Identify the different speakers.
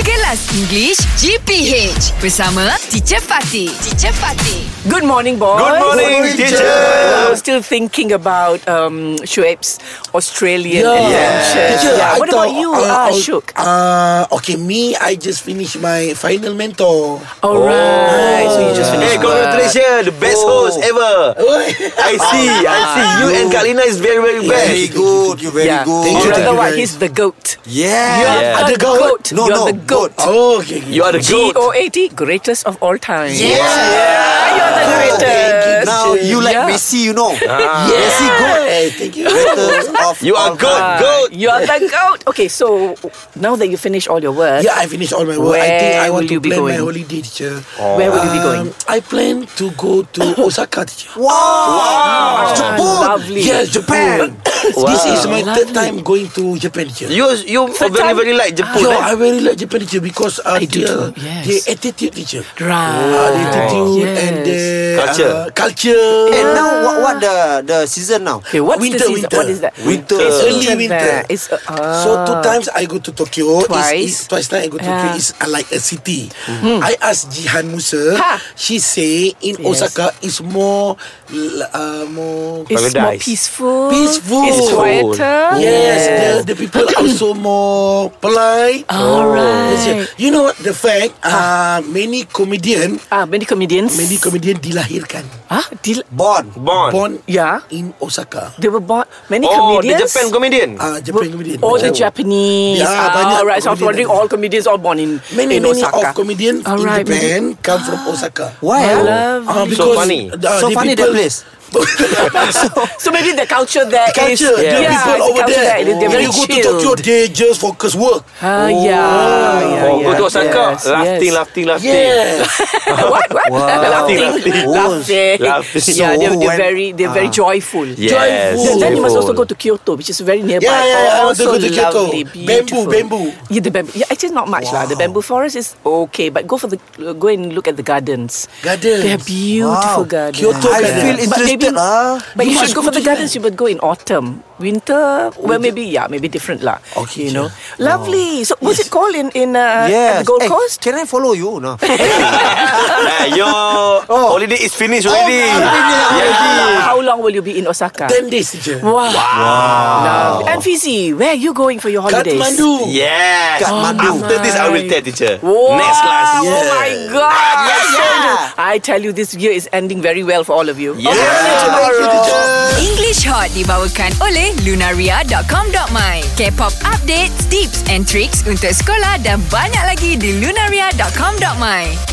Speaker 1: Kelas English GPH bersama Teacher Fatih. Teacher Fatih.
Speaker 2: Good morning, boys.
Speaker 3: Good morning, teacher.
Speaker 2: I'm still thinking about um, Shoaib's Australian
Speaker 4: Yeah.
Speaker 2: adventure.
Speaker 4: Teacher,
Speaker 2: Yeah.
Speaker 4: I
Speaker 2: What about
Speaker 4: thought,
Speaker 2: you,
Speaker 4: uh,
Speaker 2: Ah,
Speaker 4: oh,
Speaker 2: Shuk?
Speaker 4: Uh, okay, me, I just finished my final mentor.
Speaker 2: All right. So you just
Speaker 3: Hey,
Speaker 2: finished. Oh.
Speaker 3: congratulations, the best host ever. I see, I see.
Speaker 2: Ah.
Speaker 3: You and Kak Lina is very, very
Speaker 5: Very
Speaker 3: best.
Speaker 5: good. You very
Speaker 2: Yeah.
Speaker 5: good.
Speaker 4: Thank
Speaker 2: Or
Speaker 4: you,
Speaker 2: rather,
Speaker 4: thank you
Speaker 2: what?
Speaker 4: very
Speaker 2: He's the goat.
Speaker 5: Yeah.
Speaker 3: Yeah.
Speaker 2: You're
Speaker 4: the
Speaker 2: the
Speaker 4: goat.
Speaker 2: goat.
Speaker 5: No,
Speaker 2: You're
Speaker 5: no.
Speaker 2: the goat.
Speaker 4: Oh, okay. okay.
Speaker 3: You are the
Speaker 2: G
Speaker 3: goat.
Speaker 2: O A T, greatest of all time. Ah,
Speaker 4: yeah.
Speaker 2: You're the greatest.
Speaker 5: Now you like
Speaker 2: Yeah.
Speaker 5: Messi, you know.
Speaker 4: Yes, he good. Hey, Ah, eh, thank you. Oh,
Speaker 5: Greatest of
Speaker 3: Ah. You are
Speaker 5: all
Speaker 3: good,
Speaker 5: time.
Speaker 3: good.
Speaker 2: You're the goat. Okay, so now that you finish all your work,
Speaker 4: yeah, I finished all my work. I think
Speaker 2: Where
Speaker 4: I
Speaker 2: will
Speaker 4: want to
Speaker 2: you be
Speaker 4: plan my
Speaker 2: going?
Speaker 4: holiday, teacher.
Speaker 2: where will you be going?
Speaker 4: Um, I plan to go to Osaka, teacher.
Speaker 5: Wow. Japan.
Speaker 2: Lovely.
Speaker 4: Yes, Japan. This is my
Speaker 2: Lovely.
Speaker 4: third time going to Japan, teacher.
Speaker 3: You you
Speaker 2: Third
Speaker 3: very
Speaker 2: time.
Speaker 3: very like Jepun.
Speaker 4: Yo,
Speaker 3: eh?
Speaker 4: I really like Japan teacher because uh,
Speaker 2: I do
Speaker 4: their,
Speaker 2: too, yes.
Speaker 4: their attitude teacher.
Speaker 2: Right.
Speaker 4: Uh, the attitude
Speaker 2: Yes.
Speaker 4: and the
Speaker 3: Culture.
Speaker 4: Uh, culture.
Speaker 5: And now what, what the the season now?
Speaker 2: Okay, what's
Speaker 4: winter,
Speaker 2: the season?
Speaker 4: winter.
Speaker 2: What is that?
Speaker 5: Winter.
Speaker 2: It's
Speaker 4: Early winter.
Speaker 2: there. It's uh,
Speaker 4: so two times I go to Tokyo. It's-
Speaker 2: Twice.
Speaker 4: It's, twice time I go to Tokyo.
Speaker 2: Yeah. Mm-hmm.
Speaker 4: It's uh, like a city. I asked Jihan Musa.
Speaker 2: Ha.
Speaker 4: She say in
Speaker 2: Yes.
Speaker 4: Osaka is more, l- uh, more.
Speaker 2: It's more
Speaker 3: Paradise.
Speaker 2: peaceful.
Speaker 4: Peaceful.
Speaker 2: It's quieter.
Speaker 4: Yes, the, the people also more polite.
Speaker 2: All Oh,
Speaker 4: Oh. Yes, yeah.
Speaker 2: right. Ha.
Speaker 4: You know what the fact? Uh, many comedian,
Speaker 2: Ah, many comedians.
Speaker 4: many comedian dilahirkan.
Speaker 2: Ah, dil-
Speaker 5: Born.
Speaker 3: Born.
Speaker 4: born
Speaker 2: yeah.
Speaker 4: in Osaka.
Speaker 2: They were born. Many
Speaker 3: Oh, the
Speaker 2: comedians. Ah,
Speaker 3: Japan comedian.
Speaker 4: Uh, Japan comedian.
Speaker 2: All the
Speaker 4: Macam-
Speaker 2: Japanese.
Speaker 4: Yeah,
Speaker 2: ah,
Speaker 4: banyak
Speaker 2: all right. So I was
Speaker 4: comedian.
Speaker 2: wondering, all comedians all born in
Speaker 4: Many,
Speaker 2: in
Speaker 4: many
Speaker 2: Osaka.
Speaker 4: of comedian
Speaker 2: All
Speaker 4: in
Speaker 2: right,
Speaker 4: Japan come from Osaka.
Speaker 5: Why?
Speaker 2: I
Speaker 5: ah?
Speaker 2: love
Speaker 4: Uh,
Speaker 2: it.
Speaker 4: because,
Speaker 3: funny.
Speaker 4: uh,
Speaker 5: So
Speaker 4: the
Speaker 5: funny that
Speaker 4: people-
Speaker 5: place.
Speaker 2: so maybe the culture there is.
Speaker 4: Culture,
Speaker 2: yeah,
Speaker 4: the people
Speaker 2: the
Speaker 4: over
Speaker 2: culture
Speaker 4: there.
Speaker 2: there, they're
Speaker 4: when
Speaker 2: very
Speaker 4: you go to
Speaker 2: chilled.
Speaker 4: Tokyo, they just focus work. Oh.
Speaker 2: Ah, yeah, yeah,
Speaker 3: oh, go
Speaker 2: yeah,
Speaker 3: to Osaka.
Speaker 2: yes,
Speaker 3: Laughing,
Speaker 2: yes.
Speaker 3: laughing, laughing.
Speaker 4: Yeah.
Speaker 2: what? What?
Speaker 5: Wow.
Speaker 2: laughing, laughing.
Speaker 5: Laughing.
Speaker 3: Laughing.
Speaker 2: Yeah, they're,
Speaker 5: So
Speaker 2: they're
Speaker 5: when-
Speaker 2: very, they're very
Speaker 4: Ah.
Speaker 2: joyful.
Speaker 3: Yes.
Speaker 4: Joyful.
Speaker 2: Then you must also go
Speaker 3: joyful.
Speaker 2: to Kyoto, which is very nearby.
Speaker 4: Yeah, yeah, yeah, I want to
Speaker 2: also
Speaker 4: go to Kyoto.
Speaker 2: lovely,
Speaker 4: Bamboo,
Speaker 2: beautiful.
Speaker 4: bamboo.
Speaker 2: Yeah, the bamboo. Yeah, actually not much lah. The bamboo forest is okay, but go for the go and look at the gardens.
Speaker 4: Gardens.
Speaker 2: They're beautiful
Speaker 5: Wow.
Speaker 2: gardens.
Speaker 4: Kyoto
Speaker 5: I
Speaker 4: gardens. ah.
Speaker 5: feel
Speaker 2: But maybe-
Speaker 5: interested lah.
Speaker 2: But you,
Speaker 4: You
Speaker 2: should
Speaker 4: must
Speaker 2: go
Speaker 4: go
Speaker 2: for the
Speaker 4: to Japan.
Speaker 2: gardens. You would go in autumn, winter. Well, maybe yeah, maybe different lah.
Speaker 4: Okay,
Speaker 2: you know, lovely. So was it called in in uh, at
Speaker 5: Yes.
Speaker 2: the Gold
Speaker 5: Eh,
Speaker 2: Coast?
Speaker 5: Can I follow you now?
Speaker 3: Ah, your holiday is finished already.
Speaker 4: Oh,
Speaker 2: How long will you be in Osaka?
Speaker 4: 10 days teacher.
Speaker 2: Wow. Lovely. And Fizi, where are you going for your holidays?
Speaker 4: Kathmandu.
Speaker 3: Yes.
Speaker 5: Kathmandu.
Speaker 3: After this, I will
Speaker 2: my.
Speaker 3: tell teacher.
Speaker 2: Wow.
Speaker 3: Next class.
Speaker 2: Oh my God.
Speaker 5: yeah.
Speaker 2: I tell you, this year is ending very well for all of you.
Speaker 3: Yes.
Speaker 4: Thank you, teacher.
Speaker 1: English Hot dibawakan oleh lunaria.com.my. K-pop updates, tips and tricks untuk sekolah dan banyak lagi di lunaria.com.my.